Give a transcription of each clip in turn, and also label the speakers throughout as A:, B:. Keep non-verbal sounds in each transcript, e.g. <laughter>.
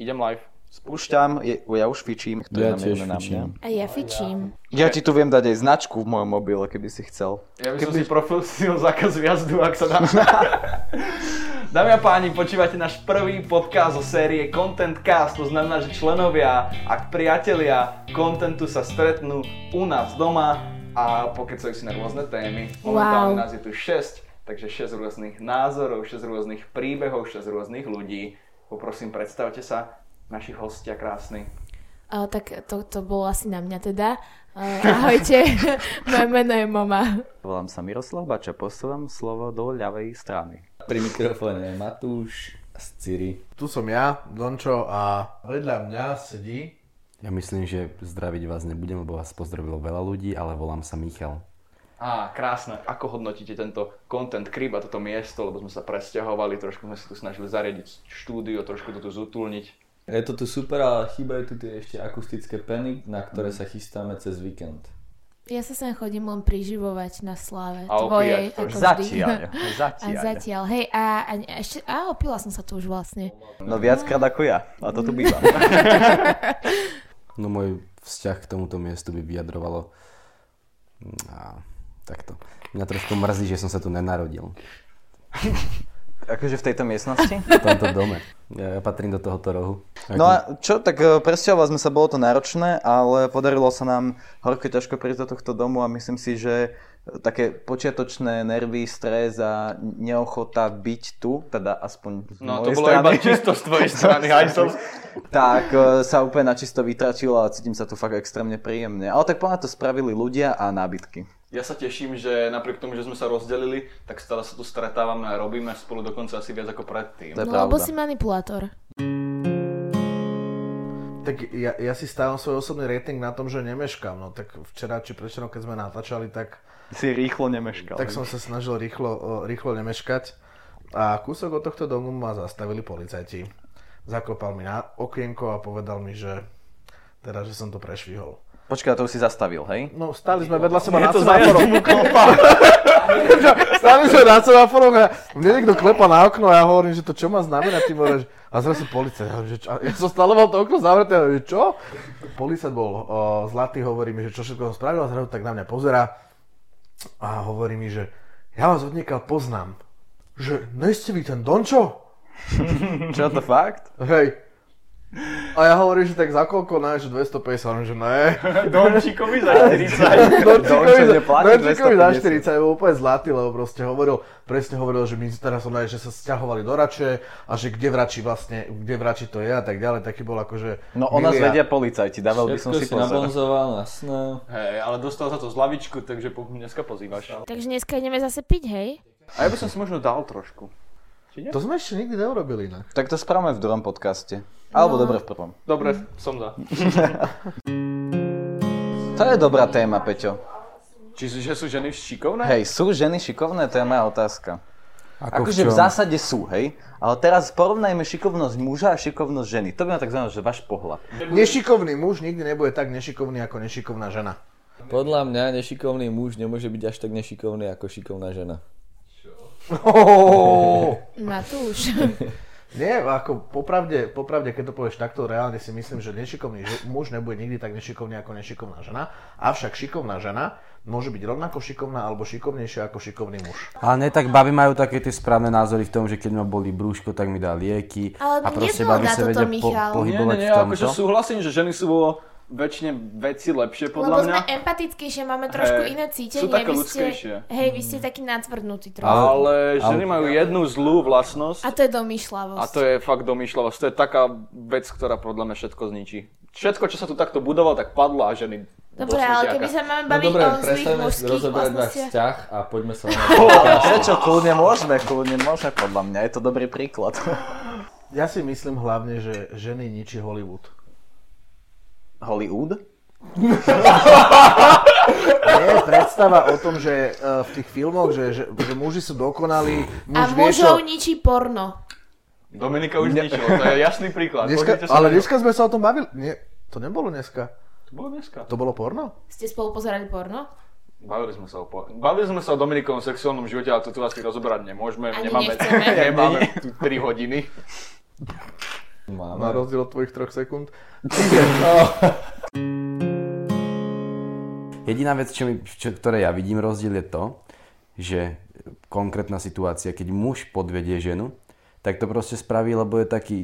A: Idem live.
B: Spúšťam, je, ja už fičím. To
C: Ja
B: je
C: tiež
B: namierené na mňa.
C: fičím.
D: A
A: No,
D: ja fičím.
B: Ja ti tu viem dať aj značku v mojom mobile, keby si chcel.
A: Ja by som si profil zákaz jazdu, ak sa dá. <laughs> Dámy a páni, počívate náš prvý podcast zo série Content Cast, to znamená, že členovia a priatelia contentu sa stretnú u nás doma a pokecajú si na rôzne témy. Momentálne
D: Wow.
A: nás je tu 6, takže 6 rôznych názorov, 6 rôznych príbehov, 6 rôznych ľudí. Poprosím, predstavte sa, naši hostia krásni.
D: A, tak to, to bolo asi na mňa teda. A,
A: <laughs>
D: ahojte, moje meno je Moma.
B: Volám sa Miroslav Bača, posúvam slovo do ľavej strany.
C: Pri mikrofóne je Matúš z Ciri.
E: Tu som ja, Dončo, a vedľa mňa sedí...
F: Ja myslím, že zdraviť vás nebudem, lebo vás pozdravilo veľa ľudí, ale volám sa Michal.
A: Á, krásne. Ako hodnotíte tento content crib a toto miesto, lebo sme sa presťahovali, trošku sme sa tu snažili zariadiť štúdio, trošku to tu zutulniť.
C: Je to tu super, ale chýbajú tu tie ešte akustické peny, na ktoré sa chystáme cez víkend.
D: Ja sa sem chodím len priživovať na sláve
A: A opíjať
D: tvojej.
A: to už
D: Ako <laughs>
B: Zatiaľ,
D: Vždy. A
B: zatiaľ.
D: zatiaľ, hej, a, a, a ešte, a opila som sa tu už vlastne.
B: No viackrát ako ja, a to tu
A: <laughs>
B: bývam.
F: No môj vzťah k tomuto miestu by vyjadrovalo... A, takto. Mňa trošku mrzí, že som sa tu nenarodil.
B: akože v tejto miestnosti?
F: V tomto dome. Ja, ja patrím do tohoto rohu.
B: No a čo, tak e, presťahovali sme sa, bolo to náročné, ale podarilo sa nám horko ťažko prísť do tohto domu a myslím si, že e, také počiatočné nervy, stres a neochota byť tu, teda aspoň z
A: No
B: mojej
A: to bolo
B: strany,
A: iba čisto z <laughs> tvojej strany, hajsov.
B: <laughs> tak e, sa úplne načisto vytratilo a cítim sa tu fakt extrémne príjemne. Ale tak plná to spravili ľudia a nábytky.
A: Ja sa teším, že napriek tomu, že sme sa rozdelili, tak stále sa tu stretávame a robíme spolu dokonca asi viac ako predtým.
B: To je
D: No
B: pravda.
D: lebo si manipulátor.
E: Tak ja, ja si stávam svoj osobný rating na tom, že nemeškám. No tak včera či prečerom, keď sme natáčali, tak,
B: Si rýchlo nemeškal.
E: tak som sa snažil rýchlo, o, rýchlo nemeškať. A kúsok od tohto domu ma zastavili policajti. Zakopal mi na okienko a povedal mi, že teda, že som to prešvihol.
B: Počkaj, to už si zastavil,
E: <laughs>
B: hej?
E: No, stáli sme vedľa seba na semaforoch. <laughs> stáli sme na semaforoch a mne niekto klepa na okno a ja hovorím, že to čo má znamená, ty môžeš. A zrazu policajt, ja, hovorím, že čo? A ja som stále mal to okno zavreté, ja, hovorím, že čo? Policajt bol o, zlatý, hovorí mi, že čo všetko som spravil a zrazu tak na mňa pozera a hovorí mi, že ja vás odniekal poznám. Že, nie ste vy ten Dončo?
B: Čo to fakt?
E: Hej. A ja hovorím, že tak za koľko, ne, že 250, hovorím, že ne.
A: Domčíkovi za 40.
E: No,
B: <laughs> Dončo
E: Norčíkovi
B: neplatí
E: Norčíkovi za
B: 250.
E: 40 bol úplne zlatý, lebo proste hovoril, presne hovoril, že my teraz som že sa sťahovali do Rače a že kde v Rači vlastne, kde v Rači to je a tak ďalej, taký bol akože...
B: No o nás
E: milý a-
B: vedia policajti, dával by som
C: Všetko
B: si
C: si
B: pozor.
C: nabonzoval na sne.
A: <laughs> Hej, ale dostal sa to z lavičku, takže po- dneska pozývaš.
D: Takže dneska ideme zase piť, hej?
A: A ja by som si možno dal trošku.
E: To sme ešte nikdy neurobili, ne?
B: Tak to správame v druhom podcaste. Alebo
C: No.
B: dobre v prvom.
A: Dobre, som za.
B: To je dobrá téma, Peťo.
A: Čiže sú ženy šikovné?
B: Hej, sú ženy šikovné? To je moja otázka.
F: Ako
B: Akože v
F: čom?
B: zásade sú, hej? Ale teraz porovnajme šikovnosť muža a šikovnosť ženy. To by ma tak zaujímalo, že váš pohľad.
E: Nešikovný muž nikdy nebude tak nešikovný ako nešikovná žena.
C: Podľa mňa nešikovný muž nemôže byť až tak nešikovný ako šikovná žena.
D: Matúš.
E: <laughs> Nie, ako popravde, popravde, keď to povieš takto, reálne si myslím, že nešikovný ži- muž nebude nikdy tak nešikovný ako nešikovná žena, avšak šikovná žena môže byť rovnako šikovná alebo šikovnejšia ako šikovný muž.
F: Ale ne, tak baby majú také tie správne názory v tom, že keď ma boli brúško, tak mi dá lieky.
D: Ale
F: a proste
D: neznal
F: baby
D: na
F: sa
D: toto
F: vedia po,
D: Michal.
A: Nie, nie,
F: pohybovať
A: nie,
F: v tomto.
A: akože súhlasím, že ženy sú vo väčšine veci lepšie <laughs> podľa
D: No, Lebo
A: mňa.
D: sme empatickejšie, máme trošku
A: Hej,
D: iné cítenie.
A: sú také
D: vy ste,
A: ľudskejšie. Mm.
D: Hej, vy ste taký natvrdnutý trochu.
A: Ale ženy majú jednu zlú vlastnosť
D: A to je domýšľavosť.
A: a to je fakt domýšľavosť. To je taká vec, ktorá podľa mňa všetko zničí. Všetko, čo sa tu takto budovalo, tak padlo a ženy
D: Dobre,
A: doslova
D: ale
A: ťaká.
D: keby sa máme
C: No
D: baviť
C: dobre,
D: o zlých
C: prestaňme
D: mužských
C: rozoberať váš
D: vlastnostiach.
C: vzťah a poďme sa
F: <laughs>
C: na
B: Prečo? Kľudne môžeme, kľudne môžeme, podľa mňa. Je to dobrý príklad. <laughs>
E: Ja si myslím hlavne, že ženy ničí Hollywood.
B: Hollywood?
E: Nie je predstava o tom, že eh, v tých filmoch, že, že, že muži sú dokonalí,
D: A
E: muž vie čo...
D: mužov ničí porno.
A: Dominika už zničila, to je jasný príklad.
E: Dneska,
A: Pozrite sa
E: ale
A: na ňu.
E: dneska sme sa o tom bavili. Nie, to nebolo dneska.
A: To bolo dneska.
E: To bolo porno?
D: Ste spolu pozerali porno?
A: Bavili sme sa o, po... Bavili sme sa o Dominikovom sexuálnom živote, ale to tu asi rozoberať nemôžeme.
D: Ani
A: <laughs> nemáme,
D: nechceme.
A: nemáme tu 3 hodiny.
C: Máme.
E: Na rozdiel od tvojich troch sekúnd.
F: Jediná vec, čo mi, čo, ktoré ja vidím rozdiel je to, že konkrétna situácia, keď muž podvedie ženu, tak to proste spraví, lebo je taký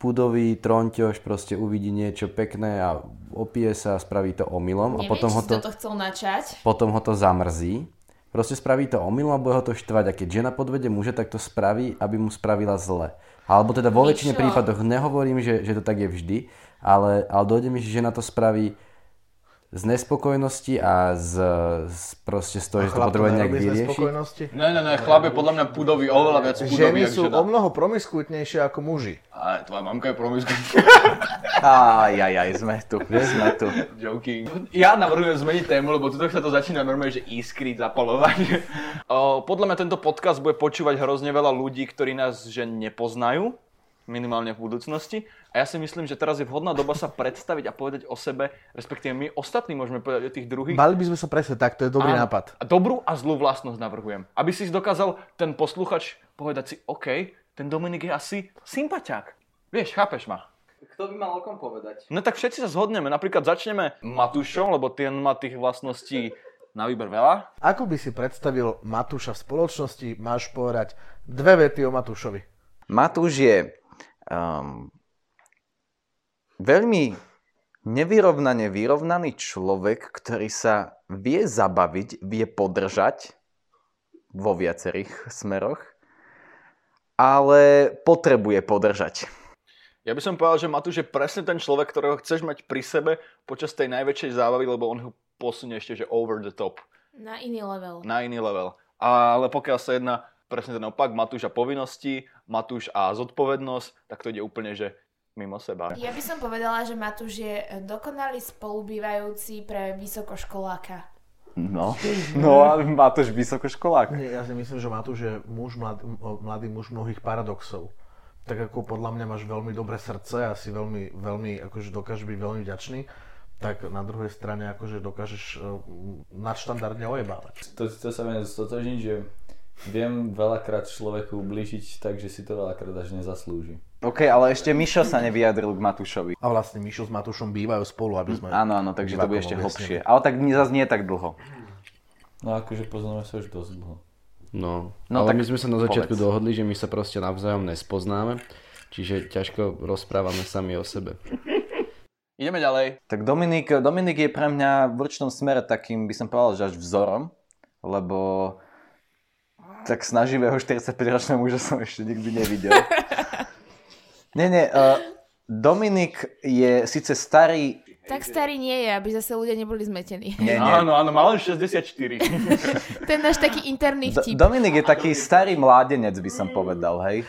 F: pudový, tronťoš, proste uvidí niečo pekné a opije sa a spraví to omylom a
D: Neviem,
F: potom
D: či
F: ho
D: si
F: to,
D: toto chcel načať.
F: potom ho to zamrzí. Proste spraví to omylom a bude ho to štvať a keď žena podvede muža, tak to spraví, aby mu spravila zle. Alebo teda vo väčšine
D: Mišo.
F: prípadoch nehovorím, že, že to tak je vždy, ale, ale dojde mi, že žena to spraví z nespokojnosti a z, z proste z toho, že to
E: Chlap
F: potrebuje nejak
E: nerobí z
F: vyriešiť.
E: nespokojnosti.
A: Ne, ne, ne, chlap je podľa mňa pudový, oveľa viac pudový,
E: Ženy
A: jak
E: sú
A: žena.
E: o mnoho promiskuitnejšie ako muži.
A: Ale tvoja mamka je promiskuitná.
B: Aj, aj, aj, sme tu, sme tu.
A: Joking. Ja navrhujem zmeniť tému, lebo tuto sa to začína normálne, že iskryť,
E: <laughs>
A: zapalovať. O, podľa mňa tento podcast bude počúvať hrozne veľa ľudí, ktorí nás že nepoznajú, minimálne v budúcnosti. A ja si myslím, že teraz je vhodná doba sa predstaviť a povedať o sebe, respektíve my ostatní môžeme povedať o tých druhých.
E: Mali by sme sa presne tak, to je dobrý
A: Áno.
E: nápad.
A: A dobrú a zlú vlastnosť navrhujem. Aby si dokázal ten posluchač povedať si, OK, ten Dominik je asi sympatiák. Vieš, chápeš ma?
B: Kto by mal o kom povedať?
A: No tak všetci sa zhodneme. Napríklad začneme Matušom, lebo ten má tých vlastností na výber veľa.
E: Ako by si predstavil Matúša v spoločnosti, máš povedať dve vety o Matúšovi.
B: Matúš je um, veľmi nevyrovnane vyrovnaný človek, ktorý sa vie zabaviť, vie podržať vo viacerých smeroch, ale potrebuje podržať.
A: Ja by som povedal, že Matúš je presne ten človek, ktorého chceš mať pri sebe počas tej najväčšej zábavy, lebo on ho posunie ešte, že over the top,
D: Na iný level.
A: na iný level. Ale pokiaľ sa jedná presne ten opak, Matúš a povinnosti, Matúš a zodpovednosť, tak to ide úplne, že mimo seba.
D: Ja by som povedala, že Matúš je dokonalý spolubývajúci pre vysokoškoláka.
B: No, no a Matúš vysokoškolák.
E: Nie, ja si myslím, že Matúš je muž, mladý, mladý muž mnohých paradoxov. Tak ako podľa mňa máš veľmi dobré srdce a si veľmi, veľmi, akože dokážeš byť veľmi vďačný, tak na druhej strane akože dokážeš eh, nadštandardne ojebávať.
C: To, to sa viem stotožniť, že viem veľakrát človeku ublížiť tak, že si to veľakrát až nezaslúži.
B: OK, ale ešte Mišo sa nevyjadril k Matúšovi.
E: A vlastne Mišo s Matúšom bývajú spolu, aby sme...
B: Áno, áno, takže to bude ešte
E: divákom
B: hlbšie. Ale tak nie- zas nie tak dlho.
C: No akože poznáme sa už dosť dlho.
F: No,
B: No,
F: no
B: tak
F: ale my sme sa na začiaľku
B: povedz.
F: dohodli, že my sa proste navzájom nespoznáme, čiže ťažko rozprávame sami o sebe.
A: Ideme ďalej.
B: Tak Dominik, Dominik je pre mňa v určitom smere takým, by som povedal, že až vzorom, lebo tak snaživého 45-ročného muža som ešte nikdy nevidel. nie, nie, uh, Dominik je síce starý...
D: Tak starý nie je, aby zase ľudia neboli zmetení.
B: Nie, nie.
A: Áno, áno, má len 64.
D: To je náš taký interný
B: Do-
D: vtip.
B: Dominik je taký starý mládenec, by som povedal, hej.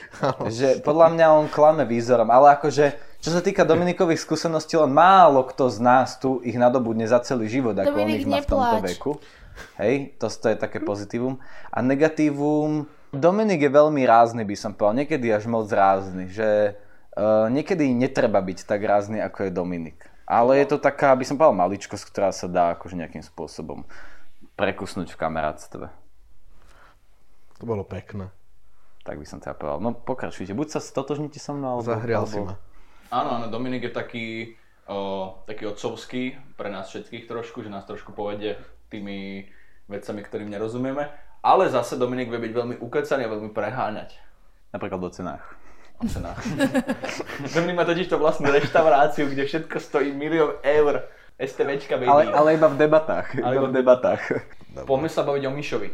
B: Že podľa mňa on klame výzorom, ale akože, čo sa týka Dominikových skúseností, len málo kto z nás tu ich nadobudne za celý život, ako on
D: Dominik,
B: ich má v tomto
D: nepláč.
B: veku. Hej, to, to je také pozitívum. A negatívum, Dominik je veľmi rázny, by som povedal, niekedy až moc rázny, že uh, niekedy netreba byť tak rázny, ako je Dominik. Ale je to taká, by som povedal, maličkosť, ktorá sa dá akože nejakým spôsobom prekusnúť v kamarátstve.
E: To bolo pekné.
B: Tak by som teda povedal. No pokračujte, buď sa stotožnite so mnou, alebo...
E: Zahrial
B: alebo...
E: si ma.
A: Áno, áno, Dominik je taký, o, taký otcovský pre nás všetkých trošku, že nás trošku povede tými vecami, ktorým nerozumieme. Ale zase Dominik vie byť veľmi ukecaný a veľmi preháňať.
B: Napríklad o cenách.
A: O cenách. Dominik má totiž to vlastnú reštauráciu, kde všetko stojí milión eur. STVčka, baby.
B: Ale, ale iba v debatách.
A: Ale
B: Iba
A: iba
B: v
A: v
B: debatách.
A: Poďme sa baviť o Mišovi.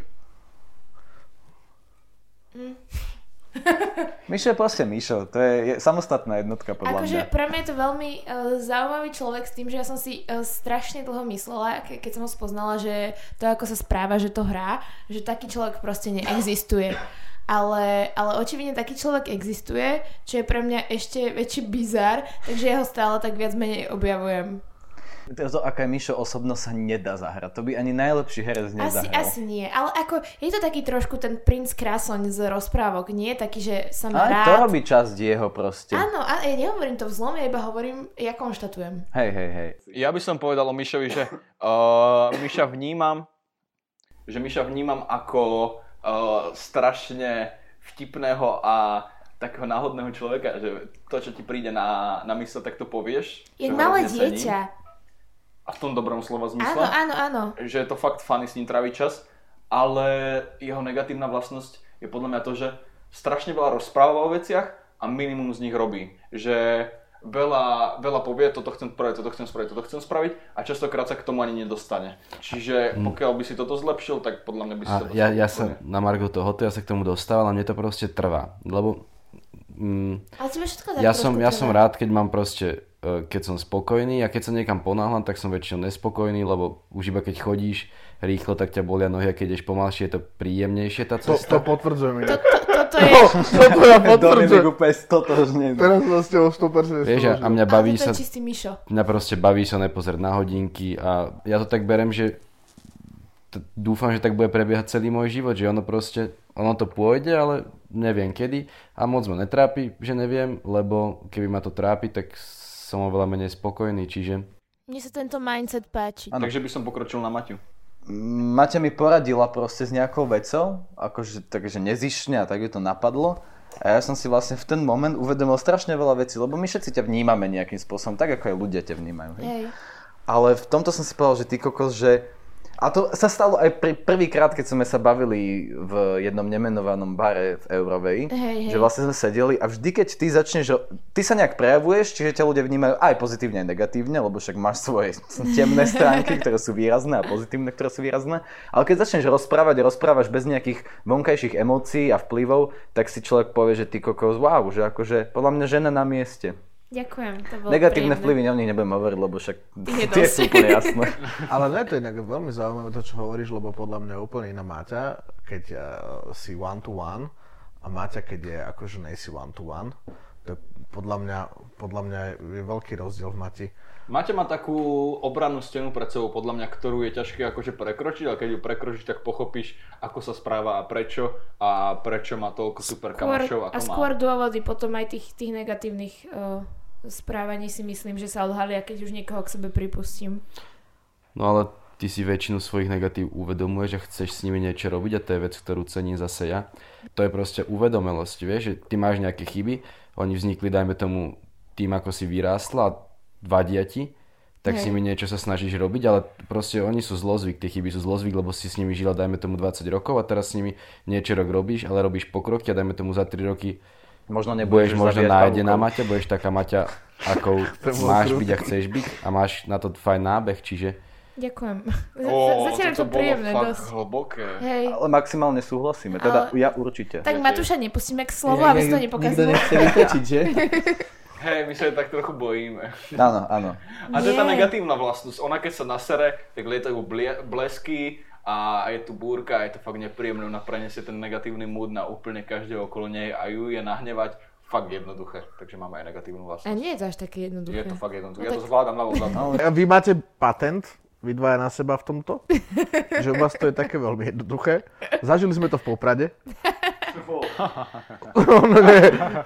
D: Mm.
B: <laughs> Mišo je proste Mišo. To je, je samostatná jednotka podľa
D: Akože
B: mňa.
D: pre mňa je to veľmi uh, zaujímavý človek s tým, že ja som si uh, strašne dlho myslela, ke- keď som ho spoznala, že to ako sa správa, že to hrá, že taký človek proste neexistuje. Ale, ale očividne taký človek existuje, čo je pre mňa ešte väčší bizar, takže ja ho stále tak viac menej objavujem.
B: To, aká je Mišo osobno sa nedá zahrať. To by ani najlepší herec
D: Asi,
B: nezahral.
D: asi nie, ale ako je to taký trošku ten princ Krasoň z rozprávok, nie? Taký, že sa má
B: Aj
D: rád.
B: to robí časť jeho proste.
D: Áno, a ja nehovorím to v zlom, ja iba hovorím, ja konštatujem.
B: Hej, hej, hej.
A: Ja by som povedal o Mišovi, že uh, Miša vnímam, že Miša vnímam ako uh, strašne eh, vtipného a takého náhodného človeka, že to, čo ti príde na, na mysle, tak to povieš. čo
D: Je malé
A: rozne sa ním.
D: dieťa.
A: A v tom dobrom slova zmysle.
D: Áno, áno, áno.
A: že je to fakt fany s ním tráviť čas, ale jeho negatívna vlastnosť je podľa mňa to, že strašne veľa rozpráva o veciach a minimum z nich robí. Že veľa, veľa povie, toto chcem spraviť, toto chcem spraviť, toto chcem spraviť a častokrát sa k tomu ani nedostane. Čiže pokiaľ by si toto zlepšil, tak podľa mňa by si
F: Hm. A
A: to dostal
F: ja, ja
A: úplne.
F: sa na Margo tohoto, ja sa k tomu dostávam, ale mne to proste trvá. Lebo mm,
D: Ale tebe všetko tak
F: ja, som,
D: trošku
F: ja som
D: trvá.
F: rád, keď mám proste, e, keď som spokojný a keď sa niekam ponáhľam, tak som väčšinou nespokojný, lebo už iba keď chodíš rýchlo, tak ťa bolia nohy a keď ideš pomalšie, je to príjemnejšie tá
E: To, to
F: cesta.
E: potvrdzujem.
D: To,
E: inak.
D: to, toto je...
E: Toto
B: <laughs>
E: ja potvrdzujem.
B: Dominik úplne stotožnený.
E: Teraz som s tebou 100%
F: Vieš, a, a mňa
D: Ale
F: baví
D: toto
F: sa
D: je čistý Mišo.
F: mňa proste baví sa nepozerať na hodinky a ja to tak berem, že t- dúfam, že tak bude prebiehať celý môj život, že ono proste, ono to pôjde, ale neviem kedy a moc ma netrápi, že neviem, lebo keby ma to trápi, tak som oveľa menej spokojný, čiže
D: Mne sa tento mindset páči.
B: Áno.
A: Takže by som pokročil na Maťu.
B: Maťa mi poradila proste s nejakou vecou, akože, takže nezišne a tak ju to napadlo. A ja som si vlastne v ten moment uvedomil strašne veľa vecí, lebo my všetci ťa vnímame nejakým spôsobom, tak ako aj ľudia ťa vnímajú. Hej?
D: Hej.
B: Ale v tomto som si povedal, že ty kokos, že... A to sa stalo aj pri, prvýkrát, keď sme sa bavili v jednom nemenovanom bare v Eurovej,
D: Hej, hej.
B: že vlastne sme sedeli a vždy, keď ty začneš, ro- ty sa nejak prejavuješ, čiže ťa ľudia vnímajú aj pozitívne, aj negatívne, lebo však máš svoje <laughs> temné stránky, ktoré sú výrazné a pozitívne, ktoré sú výrazné, ale keď začneš rozprávať, rozprávaš bez nejakých vonkajších emócií a vplyvov, tak si človek povie, že ty kokos, wow, že akože podľa mňa žena na mieste.
D: Ďakujem, to bolo
B: Negatívne
D: príjemné.
B: vplyvy, o nich nebudem hovoriť, lebo však
D: Je
B: tie
D: dosť.
B: sú úplne
F: <laughs>
B: jasné.
E: Ale no je to inak veľmi zaujímavé to, čo hovoríš, lebo podľa mňa je úplne iná Maťa, keď uh, si one to one a Maťa, keď je akože nejsi one to one. To je podľa mňa, podľa mňa je, je veľký rozdiel v Mati.
A: Máte ma takú obrannú stenu pred sebou, podľa mňa, ktorú je ťažké akože prekročiť, ale keď ju prekročíš, tak pochopíš, ako sa správa a prečo a prečo má toľko super
D: Skôr,
A: kamošov, ako má.
D: a skôr dôvody potom aj tých, tých negatívnych uh, správaní si myslím, že sa odhalia, keď už niekoho k sebe pripustím.
F: no ale ty si väčšinu svojich negatív uvedomuješ a chceš s nimi niečo robiť a to je vec, ktorú cením zase ja. To je proste uvedomelosť, vieš, že ty máš nejaké chyby, oni vznikli, dajme tomu, tým, ako si vyrástla a vadia ti, tak s
D: Hej.
F: nimi niečo sa snažíš robiť, ale proste oni sú zlozvyk, tie chyby sú zlozvyk, lebo si s nimi žila, dajme tomu, 20 rokov a teraz s nimi niečo rok robíš, ale robíš pokroky a dajme tomu za 3 roky
B: Možno nebudeš
F: budeš možno
B: zabíjať
F: nájdená
B: pavúkov.
F: Maťa, budeš taká Maťa, akou
E: bolo
F: máš
E: krúte.
F: byť a chceš byť a máš na to fajn nábeh, čiže
D: Ďakujem. <laughs>
A: Ó,
D: Zatiaľ to
A: toto bolo
D: príjemné
A: fakt
D: dosť.
A: hlboké.
D: Hej.
B: Ale maximálne súhlasíme, teda
D: Ale-
B: ja určite.
D: Tak Matúša nepustíme k slovu, aby si to nepokazilo.
B: vytočiť, že?
A: Hej, my sa jej tak trochu bojíme.
B: <laughs> Áno, áno.
A: A to je tá
D: Nie.
A: negatívna vlastnosť. Ona keď sa nasere, tak lietajú blie- blesky a je tu búrka a je to fakt nepríjemné. Ona preniesie ten negatívny mood na úplne každého okolo nej a ju je nahnevať fakt jednoduché. Takže máme aj negatívnu
D: A
A: vlastnosť.
D: nie je to až také jednoduché. No
A: Je to fakt jednoduché. Ja to zvládam na zadnú.
E: A Vy máte patent, vy dvaja na seba v tomto, že u vás to je také veľmi jednoduché. Zažili sme to v Poprade. no, nie.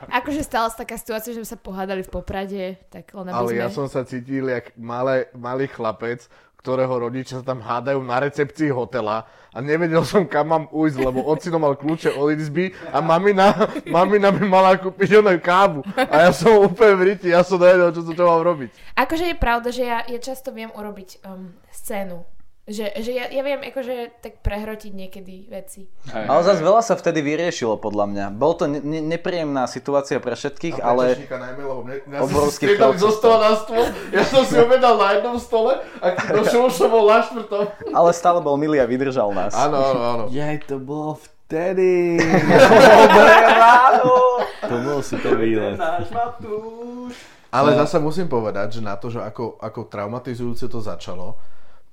D: Akože stala sa taká situácia, že sme sa pohádali v Poprade, tak len aby
E: Ale
D: sme...
E: ja som sa cítil jak malé, malý chlapec, ktorého rodičia sa tam hádajú na recepcii hotela a nevedel som, kam mám ujsť, lebo ocino mal kľúče od izby a mamina, mamina mi mala kúpiť onú kávu. A ja som úplne v riti, ja som nevedel, čo, čo mám robiť.
D: Akože je pravda, že ja, ja často viem urobiť um, scénu. Že, že ja, ja viem akože tak prehrotiť niekedy veci.
B: Ale zase veľa sa vtedy vyriešilo, podľa mňa. Bol to ne- ne- nepríjemná situácia pre všetkých, ale...
E: najmä, lebo mne, ja
B: Obrovský
E: som
B: chlap.
E: si striedal zo stola na stôl, ja som si obedal na jednom stole a keď došiel už som bol na štvrtom.
B: Ale stále bol milý a vydržal nás.
E: Áno, áno, áno.
C: Jaj, to bolo vtedy. to bol super výlet.
A: Náš Matúš.
E: Ale zase musím povedať, že na to, že ako, ako traumatizujúce to začalo,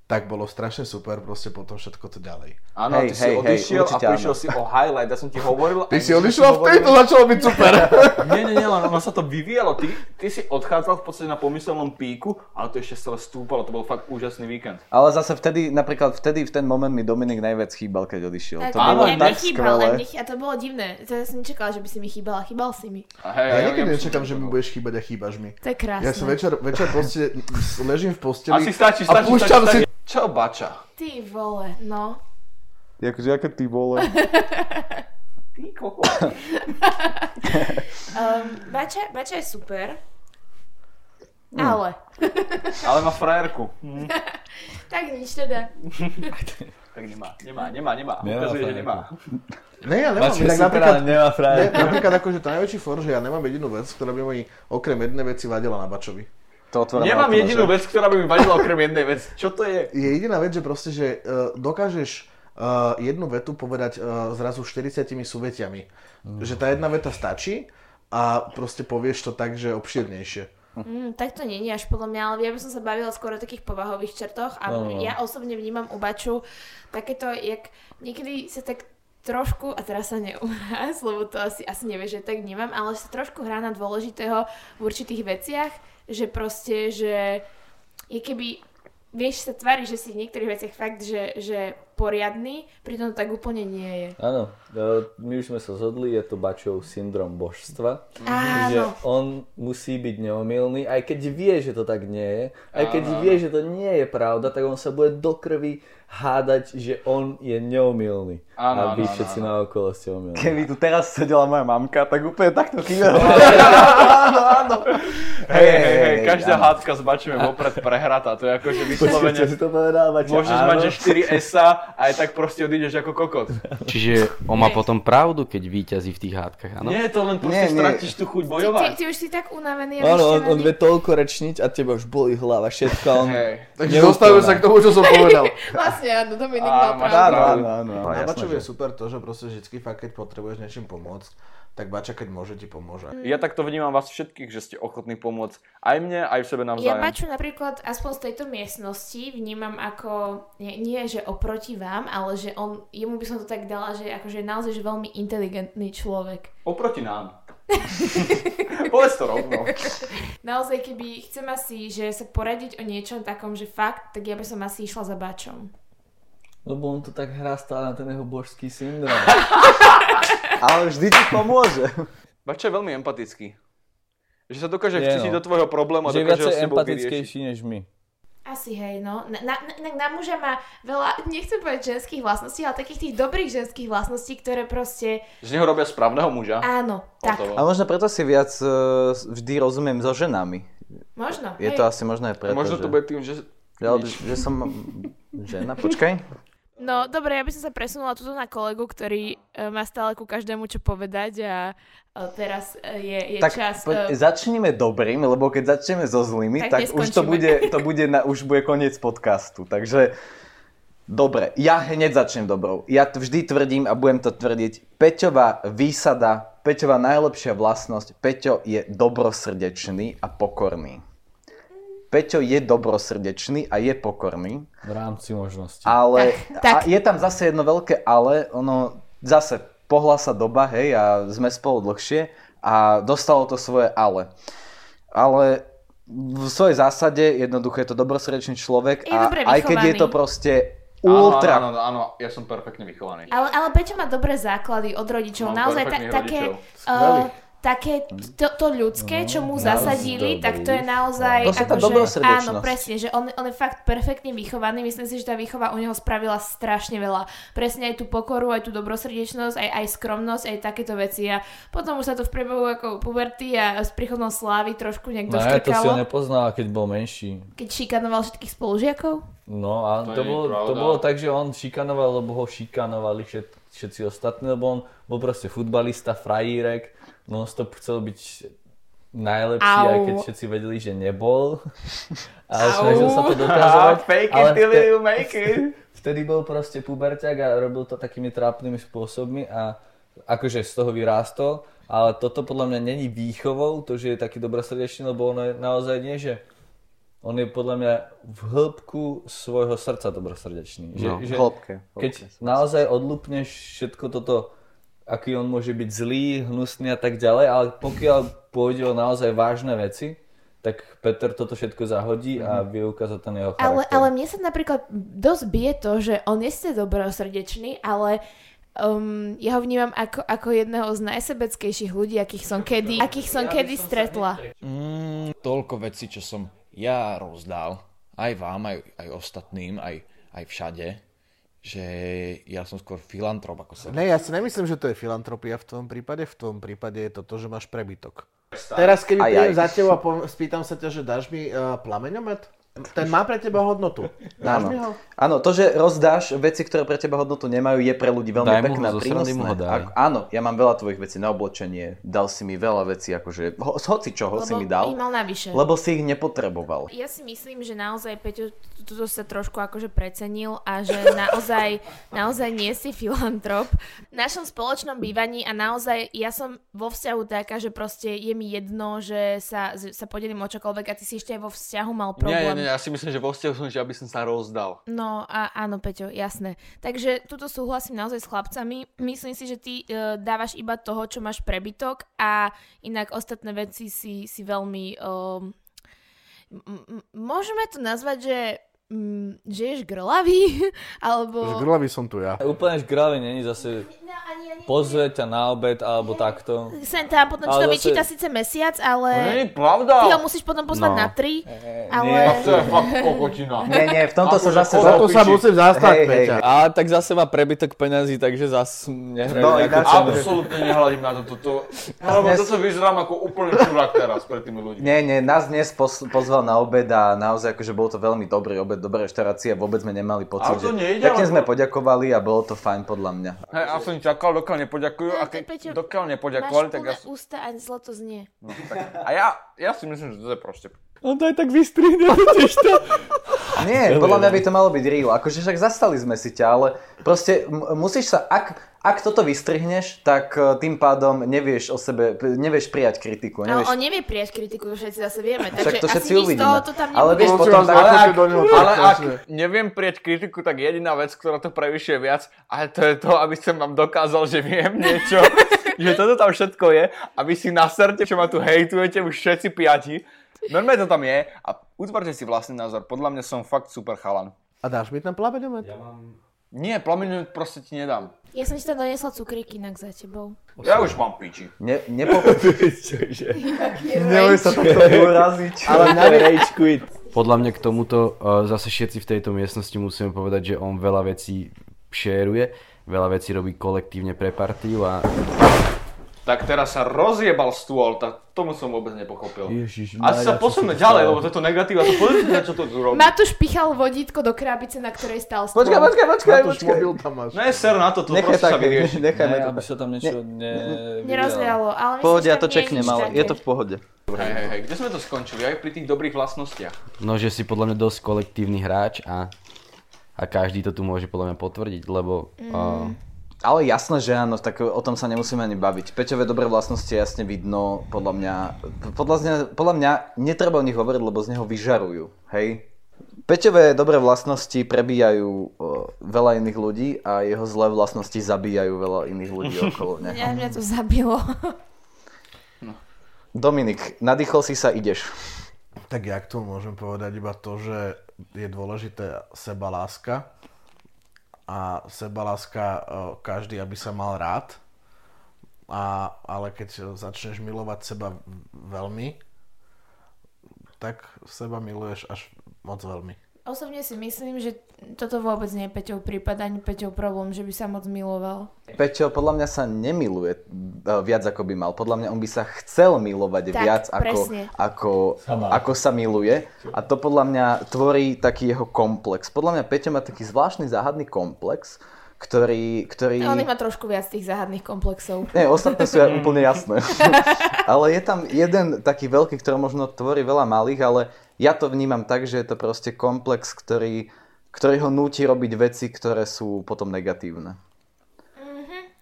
E: tak bolo strašne super proste potom všetko to ďalej.
A: Áno,
B: Hej,
A: ty si
B: hej, hej,
A: odišiel a
B: určite
A: prišiel
B: áno.
A: si o highlight, ja som ti hovoril.
E: Ty
A: a
E: si
A: my sme si
E: odišla v tejto,
A: hovorili-
E: začalo byť super.
A: Nie, nie, nie, len ono sa to vyvíjalo. Ty, ty si odchádzal v podstate na pomyselnom píku, ale to ešte stále stúpalo, to bol fakt úžasný víkend.
B: Ale zase vtedy, napríklad vtedy, v ten moment mi Dominik najviac chýbal, keď odišiel. No To
A: áno,
B: bolo
A: aj mi
B: tak
D: chýbal,
B: skvelé.
D: aj mi, a to bolo divné. To ja som nečakala, že by si mi chýbala. Chýbal si mi.
A: A hej,
E: Ja niekedy
A: neviem,
E: nečakám,
A: čo to
E: že mi
A: bolo.
E: budeš chýbať a chýbaš mi.
D: To je krásne.
E: Ja sa večer, večer proste ležím v posteli
A: Asi stačí,
E: a
A: stačí,
E: púšťam si...
A: stačí, stačí. Čau, bača.
D: Ty vole, no.
B: Jakože, aké ty vole.
A: Ty kokos.
D: Um, Bača, Bača je super.
B: Hm.
D: Ale.
A: Ale má frajerku.
D: Tak nič teda.
A: Tak nemá, nemá, nemá, nemá.
C: Nemá
A: Ukazuje, že
C: frajerku.
A: nemá.
E: Ne, ja nemám. Tak
C: Mačka si
E: napríklad,
A: teda
C: práve nemá
E: ne,
C: frajer.
E: napríklad akože to najväčší for, že ja nemám jedinú vec, ktorá by mi okrem jednej veci vadila na Bačovi.
B: To otváram
A: Nemám
B: okno,
A: jedinú
B: že?
A: vec, ktorá by mi vadila okrem jednej vec. Čo to je?
E: Je jediná vec, že proste, že uh, dokážeš uh, jednu vetu povedať uh, zrazu 40 súvetiami. Mm. Že tá jedna veta stačí a proste povieš to tak, že obširnejšie.
D: Mm, tak to nie je až podľa mňa, ale ja by som sa bavila skôr o takých povahových čertoch a
C: No, no.
D: ja osobne vnímam u Baču takéto, jak niekedy sa tak trošku, a teraz sa neuhás, <laughs> lebo to asi, asi nevie, že tak vnímam, ale sa trošku hrá na dôležitého v určitých veciach, že proste, že je keby vieš sa tvári, že si v niektorých veciach fakt, že, že poriadny, pritom to tak úplne nie je.
C: Áno, e, my už sme sa zhodli, je to Bačov syndrom božstva. Že
D: Áno.
C: on musí byť neomilný, aj keď vie, že to tak nie je, aj keď vie, že to nie je pravda, tak on sa bude do krvi hádať, že on je neomilný.
A: Áno,
C: a vy
A: áno,
C: všetci na okolo ste omilní.
B: Keby tu teraz sedela moja mamka, tak úplne
A: <laughs>
B: takto kývala.
A: Hej, hej, hej,
B: hej,
A: každá
B: áno.
A: hádka s bačmi je vopred prehratá. To je akože vyslovene...
C: Počujete si to povedal, Bačo?
A: Môžeš
C: Áno.
A: mať, že 4 S-a a aj tak proste odídeš ako kokot.
F: Čiže on má potom pravdu, keď víťazí v tých hádkach, áno?
A: Nie, to len
B: Nie,
A: proste
B: nie.
A: stratíš tú chuť
D: Ty, ty,
A: bojovať.
D: ty už si tak unavený a
C: Áno, on,
D: vyštvený.
C: on vie toľko rečniť a teba už boli hlava, všetko a on...
A: Hej.
E: Takže zostavil sa k tomu, čo som <laughs> povedal.
D: Vlastne áno,
A: Á,
D: Dominik mal
A: máš
D: pravdu.
B: Áno, áno, áno.
E: Na
B: jasné,
E: Bačovi
B: že-
E: No, je super to, No, že proste vždycky fakt, keď potrebuješ niečím pomôcť, tak Bača, keď môže, ti pomôže.
A: Ja takto vnímam vás všetkých, že ste ochotní pomôcť aj mne, aj v sebe
D: Ja
A: navzájom.
D: Baču napríklad aspoň z tejto miestnosti vnímam ako, nie, nie že oproti vám, ale že on, jemu by som to tak dala, že akože je naozaj že veľmi inteligentný človek.
A: Oproti nám.
D: <laughs>
A: Povedz to rovno.
D: Naozaj, keby chcem asi, že sa poradiť o niečom takom, že fakt, tak ja by som asi išla za Bačom.
C: Lebo on to tak hrá stále na ten jeho božský syndrom.
B: Ale vždy ti pomôže.
A: Bača je veľmi empatický. Že sa dokáže
C: Je,
A: včiť
C: no.
A: do tvojho problému a
C: že je
A: dokáže ho
C: viacej
A: s tebou vyriešiť.
C: empatickejší než my.
D: Asi hej, no. Na, na, na, na muža má veľa, <laughs> nechcem povedať ženských vlastností, ale takých tých dobrých ženských vlastností, ktoré proste,
A: Z neho robia správneho muža.
D: áno, tak,
A: Hotovo.
B: A možno preto si viac eh, vždy rozumiem so ženami.
D: možno.
B: Je
D: hej.
B: to asi možno aj preto,
A: Možno
B: že...
C: Akože
A: to bude tým, že...
B: Ja, že som žena, počkaj.
D: No dobre, ja by som sa presunula tuto na kolegu, ktorý e, má stále ku každému čo povedať a e, teraz e, je, je
B: Tak
D: čas.
B: po,
D: e,
B: začneme dobrým, lebo keď začneme so zlými, tak,
D: Tak
B: už to
D: neskončíme.
B: bude, to bude na, už bude koniec podcastu. Takže dobre, ja hneď začnem dobrou. Ja t- vždy tvrdím a budem to tvrdiť. Peťová výsada, Peťová najlepšia vlastnosť, Peťo je dobrosrdečný a pokorný. Peťo je dobrosrdečný a je pokorný.
C: V rámci možnosti.
B: Ale A
D: Tak, tak.
B: je tam zase jedno veľké ale, ono zase pohla sa doba, hej, a sme spolu dlhšie a dostalo to svoje ale. Ale v svojej zásade jednoducho je to dobrosrdečný človek
D: Je
B: a
D: dobre
B: aj keď je
D: vychovaný.
B: to proste
A: Áno,
B: ultra
A: Áno, áno, áno, ja som perfektne vychovaný.
D: ale, ale Peťo má dobré základy od rodičov.
A: Mám
D: Naozaj ta,
A: perfektných
D: také,
A: rodičov.
D: uh, také to, to ľudské, čo mu zasadili,
C: dobrý.
D: tak to je naozaj... akože-
B: Proste tá dobrosrdečnosť.
D: áno, presne, že on, on je fakt perfektne vychovaný. Myslím si, že tá výchova u neho spravila strašne veľa. Presne aj tú pokoru, aj tú dobrosrdečnosť, aj, aj skromnosť, aj takéto veci. A potom už sa to v priebehu ako puberty a s príchodom slávy trošku nejak
C: No ja to si ho
D: doštrkalo.
C: nepoznala, keď bol menší.
D: Keď šikanoval všetkých spolužiakov?
C: No a
A: To
C: to,
A: nie
C: to,
A: je
C: bolo, to
A: pravda.
C: bolo tak, že on šikanoval, lebo ho šikanovali všet, všetci ostatní, lebo on bol proste futbalista, frajírek, no, non-stop chcel byť najlepší, aj
D: Au.
C: keď všetci vedeli, že nebol.
D: <laughs>
C: A
D: Au.
C: snažil sa to dokázať.
A: fake it
C: ale
A: till
C: vte-
A: you make it.
C: <laughs> Vtedy bol proste puberťák a robil to takými trápnymi spôsobmi a akože z toho vyrástol, ale toto podľa mňa není výchovou, to, že je taký dobrosrdečný, lebo ono je naozaj nie, že on je podľa mňa v hĺbku svojho srdca dobrosrdečný. Že,
F: No,
C: že
B: v hĺbke, v
C: Keď
B: hĺbke
C: naozaj odlúpneš všetko toto, aký on môže byť zlý, hnusný a tak ďalej, ale pokiaľ pôjde o naozaj vážne veci, tak Peter toto všetko zahodí a vie ukázať ten jeho charakter.
D: Ale, ale mne sa napríklad dosť bije to, že on je ste dobrosrdečný, ale um, ja ho vnímam ako, ako jedného z najsebeckejších ľudí, akých som kedy, akých som kedy stretla.
G: toľko vecí, čo som ja rozdal, aj vám, aj, aj ostatným, aj, aj všade, že ja som skôr filantrop ako sa.
E: Ne, ja si nemyslím, že to je filantropia v tom prípade. V tom prípade je to to, že máš prebytok. Teraz, keď
B: Aj,
E: prídem
B: aj.
E: za tebou a poviem- spýtam sa ťa, že dáš mi uh, plameňomet, ten má pre teba hodnotu. Dáš mi ho?
B: Áno. áno, to, že rozdáš veci, ktoré pre teba hodnotu nemajú, je pre ľudí veľmi
F: Daj mu
B: pekné
F: ho
B: a
F: zo
B: prínosné.
F: srandy, mu ho daj.
B: áno, ja mám veľa tvojich vecí na oblečenie, dal si mi veľa vecí, akože ho, z hoci čoho si
D: Lebo
B: mi dal,
D: ich mal navyše.
B: lebo si ich nepotreboval.
D: Ja si myslím, že naozaj Peťo toto sa trošku akože precenil a že <laughs> naozaj, naozaj nie si filantrop. V našom spoločnom bývaní a naozaj ja som vo vzťahu taká, že proste je mi jedno, že sa, že sa podelím o čokoľvek a ty si ešte aj vo vzťahu mal
A: Nie,
D: problém.
A: nie, ja si myslím, že vo vzťahu som, že aby som sa rozdal.
D: No a áno, Peťo, jasné. Takže tuto súhlasím naozaj s chlapcami. Myslím si, že ty e, dávaš iba toho, čo máš prebytok a inak ostatné veci si, si veľmi... Um, m- m- môžeme to nazvať, že mm, že ješ grlavý, <laughs>
E: Už
D: alebo...
E: grlavý som tu ja.
C: Úplne žgravý není zase
D: No, ani, ani,
C: pozve ťa na obed alebo takto.
D: Sem tam potom, čo to
C: Ale zase-
D: vyčíta síce mesiac, ale... Ty ho
A: pravda.
D: musíš potom pozvať
F: No.
D: na tri, ale...
A: je fakt kokotina.
B: Nie, nie, v tomto
A: Akože
B: sa zase...
E: Za to
A: piči.
E: sa musím zastať,
B: Hej, hej,
E: Peťa.
C: A tak zase má prebytok peňazí, takže zase
B: No,
C: nehrajú.
B: ináč,
A: Absolútne nehľadím na toto. To, alebo
B: dnes-
A: zase vyzerám ako úplný čurák teraz pred tými ľuďmi.
B: Nie, nie, nás dnes pos- pozval na obed a naozaj akože bol to veľmi dobrý obed, dobrá reštaurácia, vôbec sme nemali pocit,
A: Ale to
B: že
A: nejde,
B: pekne
A: ale-
B: sme poďakovali a bolo to fajn podľa mňa.
A: Hej, a som čakal, dokiaľ nepoďakujú a keď
D: Peťo,
A: dokiaľ nepoďakovali,
D: Máš
A: tak ja
D: plné
A: som...
D: ústa a zle to znie.
A: A ja, ja si myslím, že to je proste...
C: On to aj tak vystrihne, tiež to.
B: <laughs> Nie, podľa mňa by to malo byť real, akože však zastali sme si ťa, ale proste m- musíš sa, ak, ak toto vystrihneš, tak e, tým pádom nevieš o sebe, p- nevieš prijať kritiku,
D: Ale on
B: nevieš...
D: nevie prijať kritiku, to všetci zase vieme,
B: Však
D: takže
B: to všetci
D: No, asi nič z
B: uvidíme.
D: toho to tam
B: Ale
D: nebude.
B: vieš,
E: Prosím
B: potom
E: vás,
B: tá-
E: zachoďte
B: ale ak-
E: do neho,
A: Ale
E: prosím.
A: ak neviem prieť kritiku, tak jediná vec, ktorá to prevyšuje viac, ale to je to, aby som vám dokázal, že viem
G: <laughs>
A: niečo, že toto tam všetko je a vy si naserte, čo ma tu hejtujete, už všetci piati. Normálne to tam je a utvorte si vlastný názor. Podľa mňa som fakt super chalan.
E: A dáš mi ten plameňomet?
A: Nie, plameň proste ti nedám.
D: Ja som ti tam donesla cukríky inak za tebou.
A: Ja už mám piči.
B: Ne, nepo... Neboj sa <laughs> takto uraziť.
C: Ale na rage quit.
F: Podľa mňa k tomuto eh, zase všetci v tejto miestnosti musíme povedať, že on veľa vecí šéruje, veľa vecí robí kolektívne pre partiu a...
A: Tak teraz sa rozjebal stôl, tak tomu som vôbec nepochopil.
F: Ježiš,
A: Asi sa posunme ďalej, lebo toto negatíva, to pozrite, čo to tu robí.
D: Matúš pichal vodítko do krabice, na ktorej stal stôl.
B: Počkaj, počkaj, počkaj,
E: Matúš,
B: počkaj.
E: mobil tam máš.
A: Ne, No ser na to, to
B: Nechaj
A: proste
B: tak,
A: sa vyrieši.
B: nechajme
C: Ne,
B: to
C: aby
B: tak.
C: sa tam niečo ne...
D: Nerozlialo, ale
B: V
D: myslím,
B: pohode,
D: že
B: ja
D: tam
B: to
D: nie je
B: čeknem,
D: nič
B: ale
D: také.
B: je to v pohode.
A: Hej, hej, hej, kde sme to skončili? Aj pri tých dobrých vlastnostiach.
F: No, že si podľa mňa dosť kolektívny hráč a, a každý to tu môže podľa mňa potvrdiť, lebo eh,
B: Ale jasné, že áno, tak o tom sa nemusíme ani baviť. Peťové dobré vlastnosti je jasne vidno, podľa mňa, podľa, zne- podľa mňa netreba o nich hovoriť, lebo z neho vyžarujú, hej? Peťové dobré vlastnosti prebíjajú e, veľa iných ľudí a jeho zlé vlastnosti zabíjajú veľa iných ľudí okolo
D: Mňa,
B: neho.
D: mňa to zabilo.
B: Dominik, nadýchol si sa, ideš.
E: Tak ja k tomu môžem povedať iba to, že je dôležité sebaláska a sebaláska eh, každý, aby sa mal rád. A, ale keď začneš milovať seba veľmi, tak seba miluješ až moc veľmi.
D: <laughs> Osobne si myslím, že toto vôbec nie je Peťov prípad, ani Peťov problém, že by sa moc miloval.
B: Peťo podľa mňa sa nemiluje e, viac ako by mal. Podľa mňa on by sa chcel milovať
D: Tak,
B: viac ako,
D: presne.
B: ako, ako sa miluje. A to podľa mňa tvorí taký jeho komplex. Podľa mňa Peťo má taký zvláštny záhadný komplex, ktorý... ktorý...
D: No, On ich má trošku viac tých záhadných komplexov.
B: Nie, ostatné sú ja- úplne
D: <laughs>
B: jasné. ale je tam jeden taký veľký, ktorý možno tvorí veľa malých, ale ja to vnímam tak, že je to proste komplex, ktorý, ktorý ho núti robiť veci, ktoré sú potom negatívne.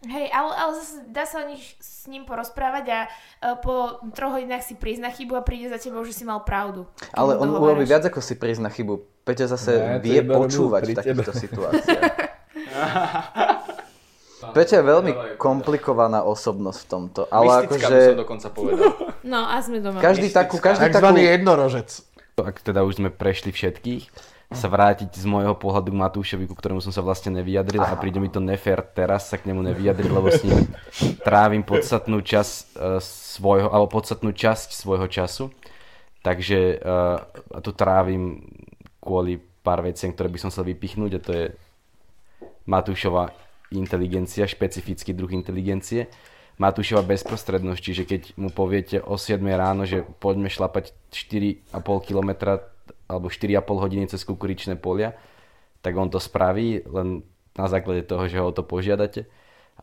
D: Hej, ale, ale zase dá sa o nich s ním porozprávať a e, po troch hodinách si prizna chybu a príde za tebou, že si mal pravdu. Keď
B: Ale
D: mu
B: on
D: dohováraš.
B: urobí viac, ako si prizna chybu. Peťa zase
C: Ne, to
B: vie
C: iba robil
B: počúvať
C: pri
B: v takýchto
C: <laughs>
B: situáciách. Peťa je veľmi komplikovaná osobnosť v tomto,
A: Mystická
B: ale
A: by som
B: akože
A: dokonca povedal.
D: No a sme doma.
B: každý takú, každý takú...
E: Takzvaný jednorožec.
F: ak teda už sme prešli všetkých, sa vrátiť z môjho pohľadu k Matúšovi, ku ktorému som sa vlastne nevyjadril a príde mi to nefér teraz sa k nemu nevyjadriť, lebo s ním trávim podstatnú časť eh, svojho, alebo podstatnú časť svojho času. Takže e, eh, tu trávim kvôli pár veciam, ktoré by som chcel vypichnúť a to je Matúšova inteligencia, špecifický druh inteligencie, Matúšova bezprostrednosť, čiže keď mu poviete o 7 ráno, že poďme šlapať 4,5 km alebo 4,5 hodiny cez kukuričné polia, tak on to spraví len na základe toho, že ho o to požiadate.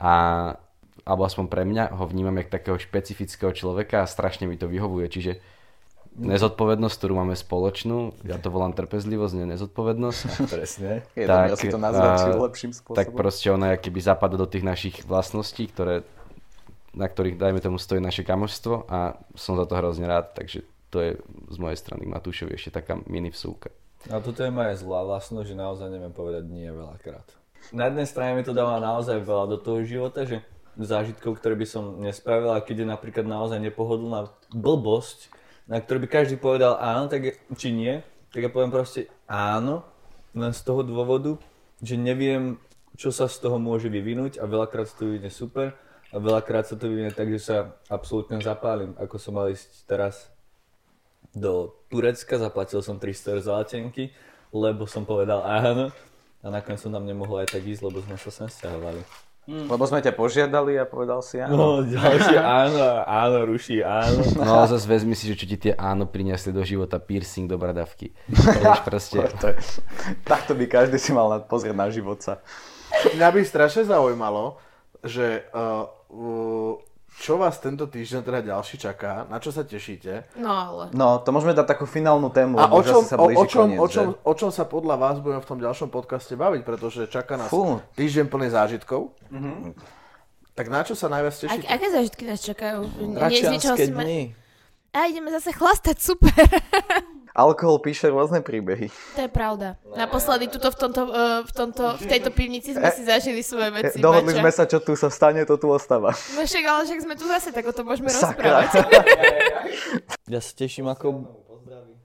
F: A, alebo aspoň pre mňa ho vnímam jak takého špecifického človeka a strašne mi to vyhovuje. Čiže nezodpovednosť, ktorú máme spoločnú, ja to volám trpezlivosť, nie nezodpovednosť,
C: Presne.
B: Je
F: Tak,
B: dobré si to nazvať
F: a-
B: lepším
F: tak
B: spôsobom.
F: proste ona keby zapadá do tých našich vlastností, ktoré, na ktorých, dajme tomu, stojí naše kamožstvo a som za to hrozne rád, takže to je z mojej strany k Matúšovi ešte taká mini vsúka.
C: A toto je moja zlá vlastnosť, že naozaj neviem povedať nie veľakrát. Na jednej strane mi to dáva naozaj veľa do toho života, že zážitkov, ktoré by som nespravil a keď je napríklad naozaj nepohodlná blbosť, na ktorú by každý povedal áno, tak je, či nie, tak ja poviem proste áno, len z toho dôvodu, že neviem, čo sa z toho môže vyvinúť a veľakrát to vyvine super a veľakrát sa to vyvine tak, že sa absolútne zapálim, ako som mal ísť teraz do Turecka, zaplatil som 300 eur za letenky, lebo som povedal áno. A nakoniec som tam nemohol aj tak ísť, lebo sme sa sem stiahovali.
B: Lebo sme ťa požiadali a povedal si áno.
C: No, ďalšie áno, áno, ruší, áno.
B: <laughs>
F: No a zase vezmi si, že čo ti tie áno priniesli do života, piercing do bradavky. To už proste,
B: <laughs> To je, takto by každý si mal na- pozrieť na život sa.
E: Mňa by strašne zaujímalo, že uh, uh, čo vás tento týždeň teda ďalší čaká, na čo sa tešíte
D: No ale.
B: No, to môžeme dať takú finálnu tému,
E: a
B: lebo
E: o
B: už
E: čom,
B: asi sa
E: o,
B: blíži
E: o, čom,
B: koniec,
E: o, čom,
B: že?
E: o čom sa podľa vás budeme v tom ďalšom podcaste baviť, pretože čaká nás
B: Fú.
E: týždeň plný zážitkov. Tak na čo sa najviac
D: Ak,
E: tešíte?
D: aké zážitky nás čakajú?
B: No,
D: Nie, z ničoho
C: Račianské
D: si ma...
C: dni.
D: A ideme zase chlastať, super.
B: Alkohol píše rôzne príbehy.
D: <laughs> to je pravda.
B: No.
D: Naposledy tuto v, tomto, eh, v, tomto, v tejto pivnici sme si zažili svoje veci.
B: E, <laughs> Dohodli
D: Maťa.
B: sme sa, čo tu sa stane, to tu ostáva.
D: No však, ale však sme tu zase, tak o tom môžeme
B: Sakra.
D: rozprávať.
C: Ja sa teším, ako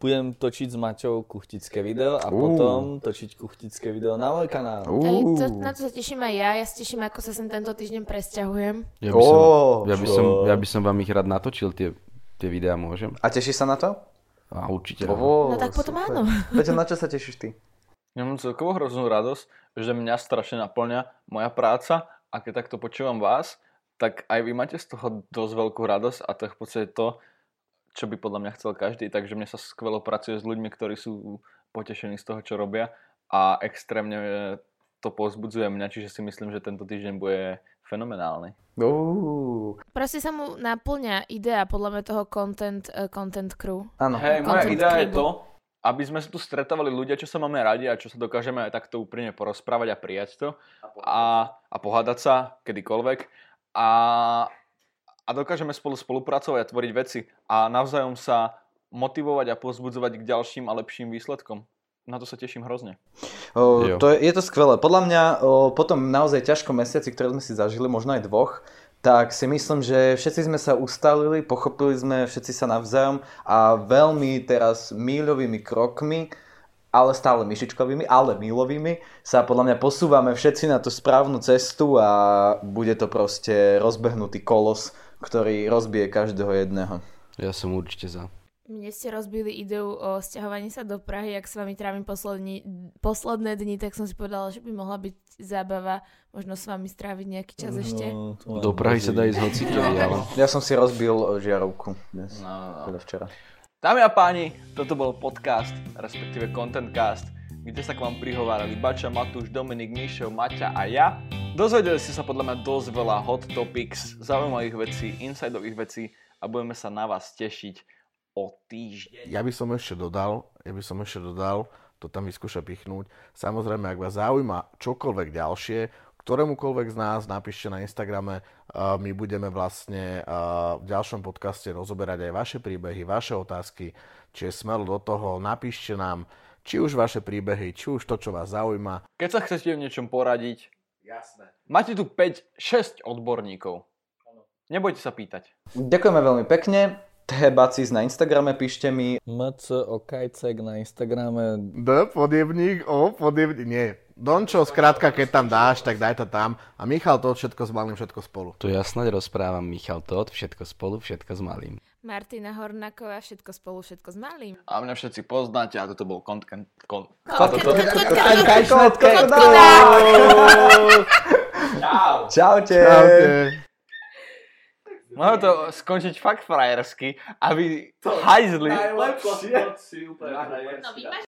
C: budem točiť s Maťou kuchtické video a potom točiť kuchtické video na môj kanál.
D: Aj to, na to sa teším aj ja. Ja sa teším, ako sa sem tento týždeň presťahujem.
F: ja by som,
B: Ó,
F: ja by som, ja by som vám ich rád natočil, tie, tie videá môžem.
B: a tešíš sa na to?
F: A určite.
D: No tak potom áno.
B: Peťo, na čo sa tešíš ty?
H: Ja mám celkovo hroznú radosť, že mňa strašne naplňa moja práca a keď takto počúvam vás, tak aj vy máte z toho dosť veľkú radosť a to je v podstate to, čo by podľa mňa chcel každý, takže mne sa skvelo pracuje s ľuďmi, ktorí sú potešení z toho, čo robia a extrémne e, to pozbudzuje mňa, čiže si myslím, že tento týždeň bude fenomenálny.
B: Uú,
D: Proste sa mu naplňa idea podľa mňa toho content, eh, content crew.
B: áno.
H: Hej, moja
D: Content
H: idea je
D: crew.
H: to, aby sme sa tu stretávali ľudia, čo sa máme radi a čo sa dokážeme aj takto úprimne porozprávať a prijať to a, a pohádať sa kedykoľvek a, a dokážeme spolu spolupracovať a tvoriť veci a navzájom sa motivovať a pozbudzovať k ďalším a lepším výsledkom. Na to sa teším hrozne.
B: O,
F: Jo.
B: to je, je to skvelé. Podľa mňa o, potom naozaj ťažko mesiaci, ktoré sme si zažili, možno aj dvoch, tak si myslím, že všetci sme sa ustalili, pochopili sme všetci sa navzájom a veľmi teraz míľovými krokmi, ale stále myšičkovými, ale mílovými, sa podľa mňa posúvame všetci na tú správnu cestu a bude to proste rozbehnutý kolos, ktorý rozbije každého jedného.
F: Ja som určite za.
D: Mne ste rozbili ideu o stiahovaní sa do Prahy, ak s vami trávim poslední, posledné dni, tak som si povedala, že by mohla byť zábava, možno s vami stráviť nejaký čas ešte.
C: No, to len
F: Do Prahy sa dá ísť hocikedy, ale...
B: <laughs> Ja som si rozbil o, žiarovku dnes,
H: No,
B: teda včera.
H: Dámy a páni, toto bol podcast, respektíve Contentcast, kde sa k vám prihovárali Bača, Matúš, Dominik, Mišo, Maťa a ja. Dozvedeli ste sa podľa mňa dosť veľa hot topics, zaujímavých vecí, insideových vecí a budeme sa na vás tešiť o týždeň.
E: Ja by som ešte dodal, ja by som ešte dodal, to tam vyskúša pichnúť. Samozrejme, ak vás zaujíma čokoľvek ďalšie, ktorémukoľvek z nás napíšte na Instagrame, a my budeme vlastne a, v ďalšom podcaste rozoberať aj vaše príbehy, vaše otázky, čiže smel do toho, napíšte nám, či už vaše príbehy, či už to, čo vás zaujíma.
H: Keď sa chcete v niečom poradiť, Jasné. máte tu 5-6 odborníkov. Nebojte sa pýtať.
B: Ďakujeme veľmi pekne. E Hebacis na Instagrame, píšte mi.
C: MC Okajcek na Instagrame,
E: D, podjebník, O, podjebník, nie. Dončo, skrátka, keď tam dáš, tak daj to tam. A Michal to všetko s malým, všetko spolu.
F: To ja snáď rozprávam Michal Todt, všetko spolu, všetko s malým.
D: Martina Hornáková, všetko spolu, všetko s malým.
H: A mňa všetci poznáte a toto bol kontent... Kon...
B: Čaute.
H: Malo No, to skončiť fakt frajersky a vy hajzli.
A: Najlepšie. Super, najlepšie.